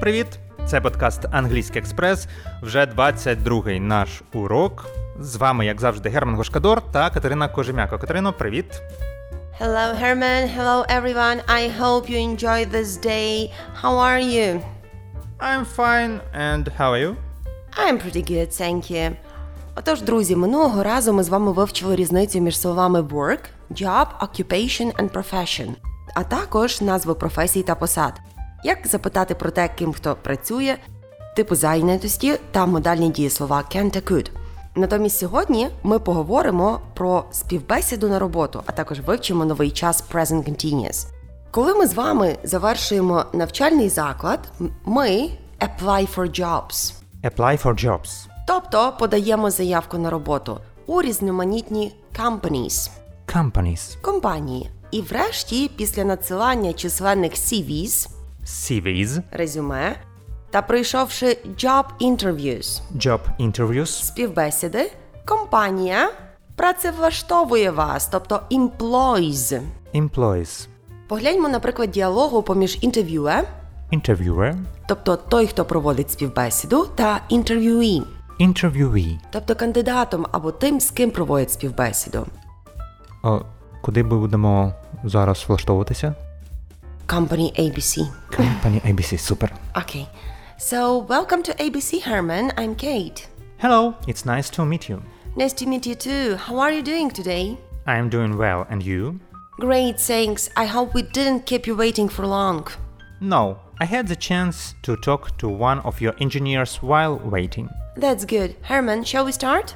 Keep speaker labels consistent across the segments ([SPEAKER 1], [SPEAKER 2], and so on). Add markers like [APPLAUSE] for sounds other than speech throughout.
[SPEAKER 1] привіт! Це подкаст Англійський Експрес. Вже 22-й наш урок. З вами, як завжди, Герман Гошкадор та Катерина Кожемяко. Катерино, привіт!
[SPEAKER 2] Hello, Herman. Hello, everyone. I hope you enjoy this day. How are you?
[SPEAKER 1] I'm fine, and how are you?
[SPEAKER 2] I'm pretty good, thank you. Отож, друзі, минулого разу ми з вами вивчили різницю між словами work, job, occupation and profession, а також назви професій та посад. Як запитати про те, ким хто працює, типу зайнятості та модальні дієслова can та could. Натомість сьогодні ми поговоримо про співбесіду на роботу, а також вивчимо новий час present continuous. Коли ми з вами завершуємо навчальний заклад, м- ми apply for jobs,
[SPEAKER 1] Apply for jobs.
[SPEAKER 2] тобто подаємо заявку на роботу у різноманітні companies,
[SPEAKER 1] Companies.
[SPEAKER 2] компанії. І врешті, після надсилання численних CVs,
[SPEAKER 1] CVs.
[SPEAKER 2] резюме та прийшовши job interviews,
[SPEAKER 1] Job interviews.
[SPEAKER 2] співбесіди, компанія працевлаштовує вас, тобто employs.
[SPEAKER 1] Employees.
[SPEAKER 2] Погляньмо, наприклад, діалогу поміж інтерв'юе
[SPEAKER 1] Interviewer.
[SPEAKER 2] тобто той, хто проводить співбесіду, та інтерв'юї,
[SPEAKER 1] Interviewee.
[SPEAKER 2] тобто кандидатом або тим, з ким проводять співбесіду.
[SPEAKER 1] О, куди будемо зараз [LAUGHS] влаштовуватися?
[SPEAKER 2] Company ABC.
[SPEAKER 1] Company ABC. Супер.
[SPEAKER 2] Okay. So, welcome to ABC Herman. I'm Kate.
[SPEAKER 1] Hello, it's nice to meet you.
[SPEAKER 2] Nice to meet you too. How are you doing today?
[SPEAKER 1] I'm doing well, and you?
[SPEAKER 2] Great, thanks. I hope we didn't keep you waiting for long.
[SPEAKER 1] No, I had the chance to talk to one of your engineers while waiting.
[SPEAKER 2] That's good. Herman, shall we start?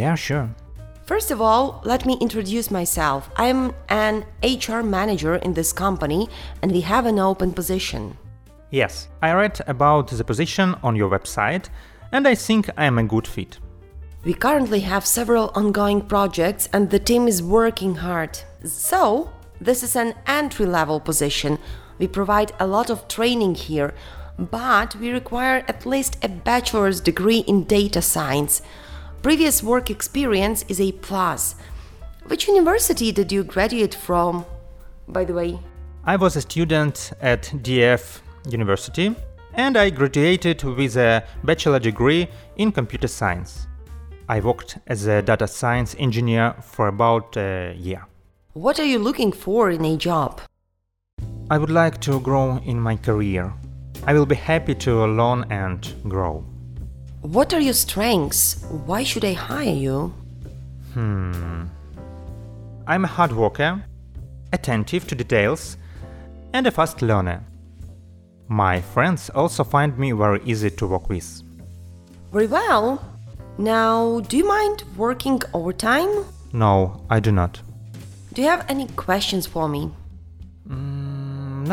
[SPEAKER 1] Yeah, sure.
[SPEAKER 2] First of all, let me introduce myself. I'm an HR manager in this company and we have an open position.
[SPEAKER 1] Yes, I read about the position on your website and I think I am a good fit.
[SPEAKER 2] We currently have several ongoing projects and the team is working hard. So, this is an entry level position. We provide a lot of training here, but we require at least a bachelor's degree in data science. Previous work experience is a plus. Which university did you graduate from? By the way,
[SPEAKER 1] I was a student at DF University and I graduated with a bachelor degree in computer science. I worked as a data science engineer for about a year.
[SPEAKER 2] what are you looking for in a job?
[SPEAKER 1] I would like to grow in my career. I will be happy to learn and grow.
[SPEAKER 2] What are your strengths? Why should I hire you?
[SPEAKER 1] I'm a hard worker, attentive to details, and a fast learner. My friends also find me very easy to work with.
[SPEAKER 2] Very well. Now, do you mind working overtime?
[SPEAKER 1] No, I do not.
[SPEAKER 2] Do you have any questions for me?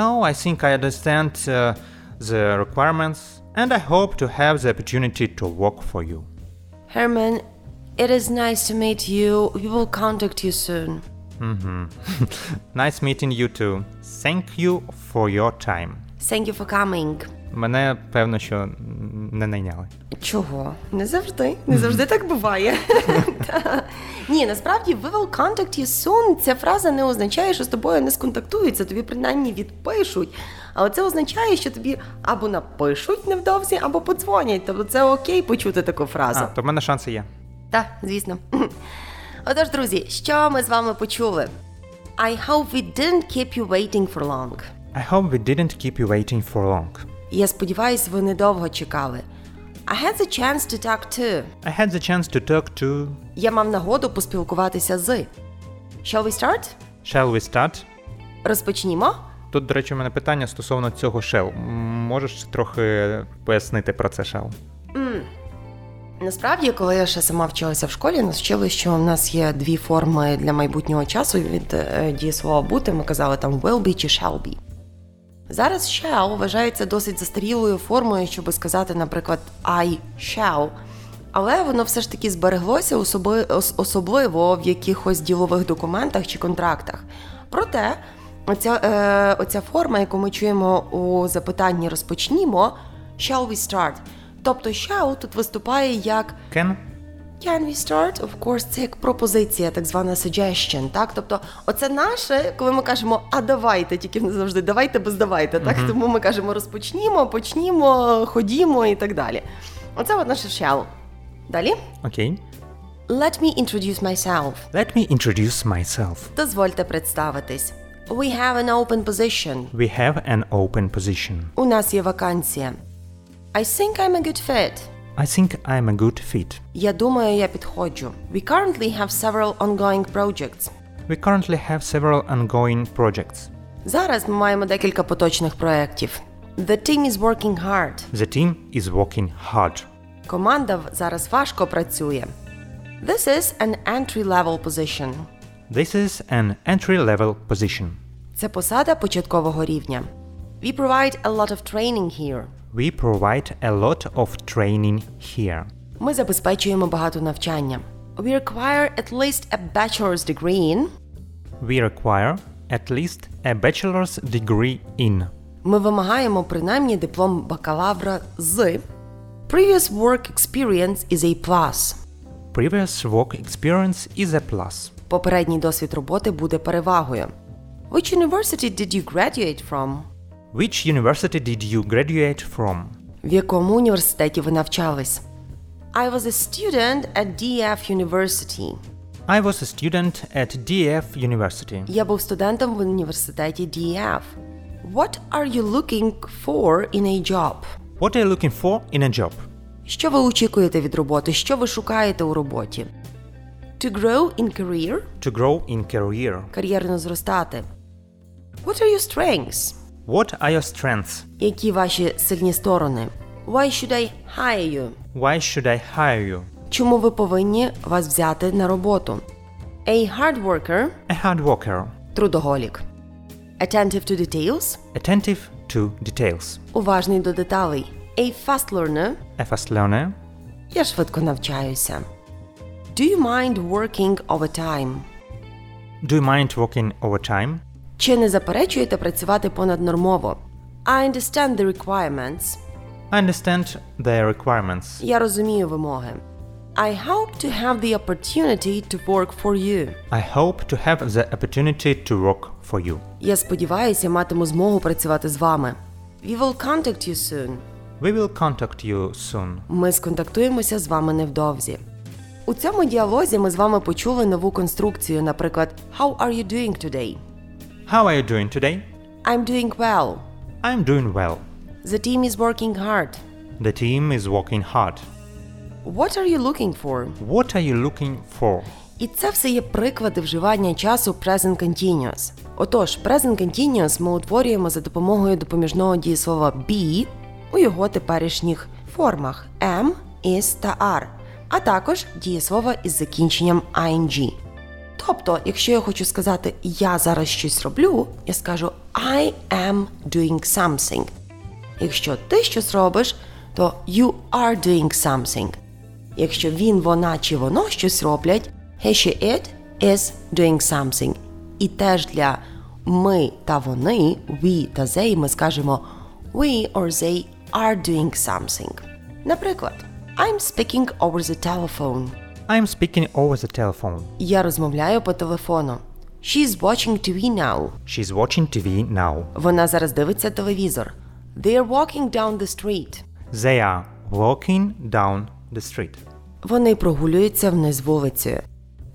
[SPEAKER 1] No, I think I understand uh, the requirements, and I hope to have the opportunity to work for you.
[SPEAKER 2] Herman, it is nice to meet you. We will contact you soon.
[SPEAKER 1] Nice meeting you too. Thank you for your time.
[SPEAKER 2] Thank you for coming.
[SPEAKER 1] Мене певно, що не найняли.
[SPEAKER 2] Чого? Не завжди. Не завжди так [LAUGHS] буває. Та. Ні, насправді we will contact you soon. Ця фраза не означає, що з тобою не сконтактуються, тобі принаймні відпишуть. Але це означає, що тобі або напишуть невдовзі, або подзвонять. Тобто це окей почути таку фразу.
[SPEAKER 1] А, то в мене шанси є.
[SPEAKER 2] Так, звісно. [LAUGHS] Отож, друзі, що ми з вами почули? I hope we didn't keep you waiting for long.
[SPEAKER 1] I hope we didn't keep you waiting for long.
[SPEAKER 2] Я сподіваюся, ви недовго чекали. I had the chance to talk to.
[SPEAKER 1] I had the chance to talk to
[SPEAKER 2] Я мав нагоду поспілкуватися з. Shall we start?
[SPEAKER 1] Shall we start?
[SPEAKER 2] Розпочнімо.
[SPEAKER 1] Тут, до речі, у мене питання стосовно цього Shell. М, Можеш трохи пояснити про це Shell?
[SPEAKER 2] Насправді, коли я ще сама вчилася в школі, нас вчили, що в нас є дві форми для майбутнього часу від е, дієслова бути. Ми казали там will be чи shall be. Зараз shall вважається досить застарілою формою, щоб сказати, наприклад, I shall. Але воно все ж таки збереглося особи- ос- особливо в якихось ділових документах чи контрактах. Проте оця, е, оця форма, яку ми чуємо у запитанні розпочнімо, shall we start. Тобто shall тут виступає як
[SPEAKER 1] Can?
[SPEAKER 2] Can we start? Of course, це як пропозиція, так звана suggestion, так? Тобто, оце наше, коли ми кажемо а давайте, тільки не завжди давайте без давайте, так? Тому ми кажемо розпочнімо, почнімо, ходімо і так далі. Оце от наше shall. Далі.
[SPEAKER 1] Okay.
[SPEAKER 2] Let me introduce myself.
[SPEAKER 1] Let me introduce myself.
[SPEAKER 2] Дозвольте представитись. We have an open position.
[SPEAKER 1] We have an open position.
[SPEAKER 2] У нас є вакансія. I think I'm a good fit.
[SPEAKER 1] I think I'm a good fit.
[SPEAKER 2] Я думаю, я підходжу. We currently have several ongoing projects.
[SPEAKER 1] We currently have several ongoing projects.
[SPEAKER 2] Зараз ми маємо декілька поточних проєктів. The team is working hard.
[SPEAKER 1] The team is working hard.
[SPEAKER 2] Команда в- зараз важко працює. This is an entry-level position.
[SPEAKER 1] This is an entry level position.
[SPEAKER 2] Це посада початкового рівня. We provide a lot of training here.
[SPEAKER 1] We provide a lot of training here.
[SPEAKER 2] Ми забезпечуємо багато навчання. We require at least a bachelor's degree in.
[SPEAKER 1] We require at least a bachelor's degree in.
[SPEAKER 2] Ми вимагаємо принаймні диплом бакалавра з. Previous work experience is a plus.
[SPEAKER 1] Previous work experience is a plus.
[SPEAKER 2] Попередній досвід роботи буде перевагою. Which university did you graduate from?
[SPEAKER 1] Which university did you graduate from?
[SPEAKER 2] В якому університеті ви навчались? I was a student at DF University.
[SPEAKER 1] I was a student at DF University.
[SPEAKER 2] Я був студентом в університеті DF. What are you looking for in a job?
[SPEAKER 1] What are you looking for in a job?
[SPEAKER 2] Що ви очікуєте від роботи? Що ви шукаєте у роботі? To grow in career
[SPEAKER 1] To grow in career.
[SPEAKER 2] кар'єрно зростати. What are your strengths?
[SPEAKER 1] What are your strengths?
[SPEAKER 2] Які ваші сильні сторони? Why should I hire you?
[SPEAKER 1] Why should I hire you?
[SPEAKER 2] Чому ви повинні вас взяти на роботу? A hard worker
[SPEAKER 1] A hard worker.
[SPEAKER 2] трудоголік. Attentive to details
[SPEAKER 1] Attentive to details.
[SPEAKER 2] уважний до деталей. A fast learner
[SPEAKER 1] A fast learner.
[SPEAKER 2] я швидко навчаюся. Do you mind working overtime?
[SPEAKER 1] Do you mind working overtime?
[SPEAKER 2] Чи не заперечуєте працювати понаднормово? I understand the requirements.
[SPEAKER 1] I understand the requirements.
[SPEAKER 2] Я розумію вимоги. I hope to have the opportunity to work for you.
[SPEAKER 1] I hope to have the opportunity to work for you.
[SPEAKER 2] Я сподіваюся, матиму змогу працювати з вами. We will contact you soon.
[SPEAKER 1] We will contact you soon.
[SPEAKER 2] Ми сконтактуємося з вами невдовзі. У цьому діалозі ми з вами почули нову конструкцію, наприклад, How are you doing today?
[SPEAKER 1] How are you doing today?
[SPEAKER 2] I'm doing well.
[SPEAKER 1] I'm doing well.
[SPEAKER 2] The team is working hard.
[SPEAKER 1] The team is working hard.
[SPEAKER 2] What are you looking for?
[SPEAKER 1] What are you looking for?
[SPEAKER 2] І це все є приклади вживання часу present continuous. Отож, present continuous ми утворюємо за допомогою допоміжного дієслова be у його теперішніх формах am, is та are, а також дієслова із закінченням ing. Тобто, якщо я хочу сказати я зараз щось роблю, я скажу I am doing something. Якщо ти щось робиш, то you are doing something. Якщо він, вона чи воно щось роблять, he, she, it is doing something. І теж для ми та вони, we та they, ми скажемо we or they are doing something. Наприклад, I'm speaking over the telephone.
[SPEAKER 1] I'm speaking over the telephone.
[SPEAKER 2] Я розмовляю по телефону. She's watching TV now.
[SPEAKER 1] She's watching TV now.
[SPEAKER 2] Вона зараз дивиться телевізор. They're walking down the street.
[SPEAKER 1] They are walking down the street.
[SPEAKER 2] Вони прогулюються вниз вулицею.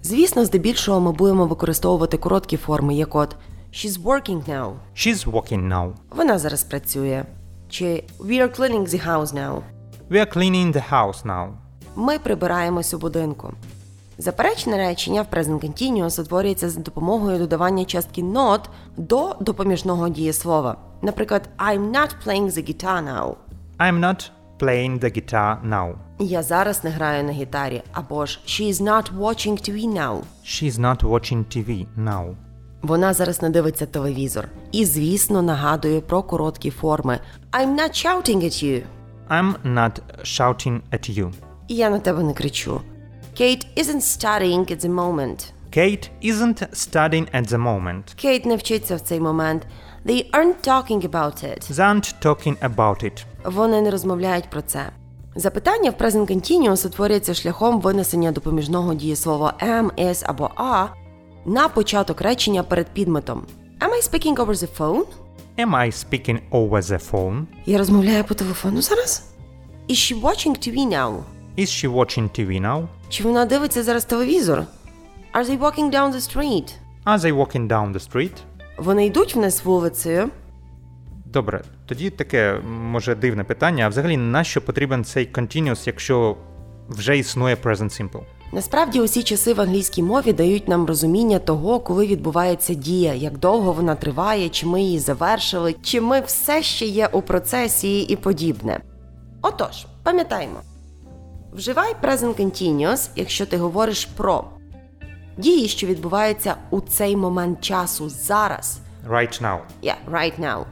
[SPEAKER 2] Звісно, здебільшого ми будемо використовувати короткі форми, як от She's working now.
[SPEAKER 1] She's walking now.
[SPEAKER 2] Вона зараз працює. Чи We are cleaning the house now.
[SPEAKER 1] We are cleaning the house now.
[SPEAKER 2] Ми прибираємось у будинку. Заперечне речення в Present Continuous утворюється за допомогою додавання частки not до допоміжного дієслова. Наприклад, I'm not playing the guitar now.
[SPEAKER 1] I'm not playing the guitar now.
[SPEAKER 2] Я зараз не граю на гітарі, або ж She is not watching TV now.
[SPEAKER 1] She's not watching TV now.
[SPEAKER 2] Вона зараз не дивиться телевізор і, звісно, нагадує про короткі форми I'm not shouting at you.
[SPEAKER 1] I'm not shouting at you.
[SPEAKER 2] І я на тебе не кричу. Kate isn't studying at the moment.
[SPEAKER 1] Kate isn't studying at the moment.
[SPEAKER 2] Кейт не вчиться в цей момент. They aren't talking about it.
[SPEAKER 1] They aren't talking about it.
[SPEAKER 2] Вони не розмовляють про це. Запитання в Present Continuous утворюються шляхом винесення допоміжного дієслова am, is або are на початок речення перед підметом. Am I speaking over the phone?
[SPEAKER 1] Am I speaking over the phone?
[SPEAKER 2] Я розмовляю по телефону зараз? Is she watching TV now?
[SPEAKER 1] Is she watching TV now?
[SPEAKER 2] Чи вона дивиться зараз телевізор? Are they walking down the street?
[SPEAKER 1] Are they walking down the street?
[SPEAKER 2] Вони йдуть вниз вулицею.
[SPEAKER 1] Добре, тоді таке м, може дивне питання. А взагалі, нащо потрібен цей continuous, якщо вже існує present simple?
[SPEAKER 2] Насправді усі часи в англійській мові дають нам розуміння того, коли відбувається дія, як довго вона триває, чи ми її завершили, чи ми все ще є у процесі і подібне. Отож, пам'ятаємо, вживай present continuous, якщо ти говориш про дії, що відбуваються у цей момент часу зараз.
[SPEAKER 1] Right now.
[SPEAKER 2] Yeah, right now.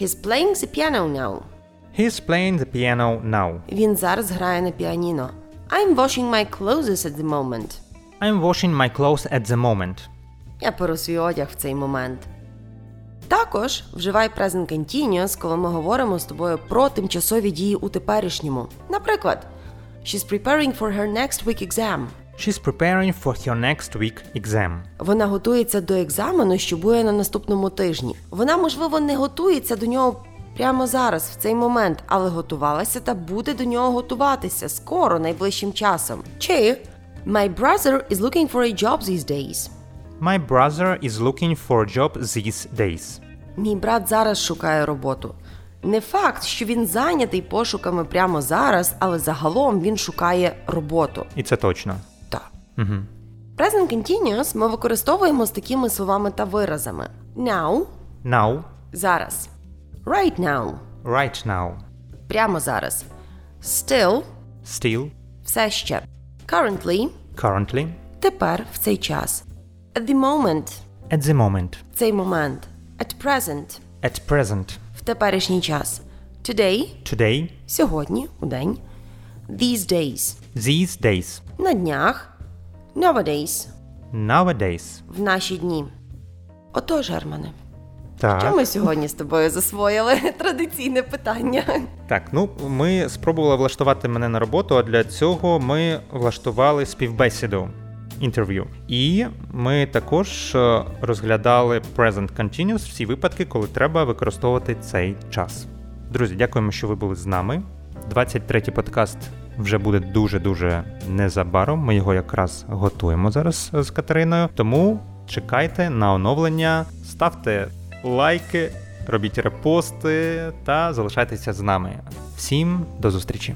[SPEAKER 2] He's playing the piano now.
[SPEAKER 1] He's playing the piano now.
[SPEAKER 2] Він зараз грає на піаніно. I'm washing my clothes at the moment.
[SPEAKER 1] I'm washing my clothes at the moment.
[SPEAKER 2] Я перу свій одяг в цей момент. Також вживай present continuous, коли ми говоримо з тобою про тимчасові дії у теперішньому. Наприклад, she's preparing for her next week exam.
[SPEAKER 1] She's preparing for her next week exam.
[SPEAKER 2] Вона готується до екзамену, що буде на наступному тижні. Вона, можливо, не готується до нього прямо зараз, в цей момент, але готувалася та буде до нього готуватися скоро, найближчим часом. Чи My brother is looking for a job these days.
[SPEAKER 1] My brother is looking for a job these days.
[SPEAKER 2] Мій брат зараз шукає роботу. Не факт, що він зайнятий пошуками прямо зараз, але загалом він шукає роботу.
[SPEAKER 1] І це точно.
[SPEAKER 2] Так. Present continuous ми використовуємо з такими словами та виразами: now
[SPEAKER 1] Now,
[SPEAKER 2] зараз, right now
[SPEAKER 1] right now,
[SPEAKER 2] прямо зараз, still
[SPEAKER 1] still,
[SPEAKER 2] все ще, currently
[SPEAKER 1] currently,
[SPEAKER 2] тепер в цей час, at the moment
[SPEAKER 1] at the moment,
[SPEAKER 2] в цей момент, at present
[SPEAKER 1] at present,
[SPEAKER 2] в теперішній час, today
[SPEAKER 1] today,
[SPEAKER 2] сьогодні, у день, these days,
[SPEAKER 1] these days,
[SPEAKER 2] на днях, nowadays,
[SPEAKER 1] nowadays.
[SPEAKER 2] в наші дні. Отож, Германе, що
[SPEAKER 1] Так,
[SPEAKER 2] ми сьогодні з тобою засвоїли? [LAUGHS] Традиційне питання.
[SPEAKER 1] так, ну ми спробували влаштувати мене на роботу, а для цього ми влаштували співбесіду. Інтерв'ю, і ми також е, розглядали present continuous всі випадки, коли треба використовувати цей час. Друзі, дякуємо, що ви були з нами. 23-й подкаст вже буде дуже дуже незабаром. Ми його якраз готуємо зараз е, з Катериною. Тому чекайте на оновлення, ставте лайки, робіть репости та залишайтеся з нами. Всім до зустрічі!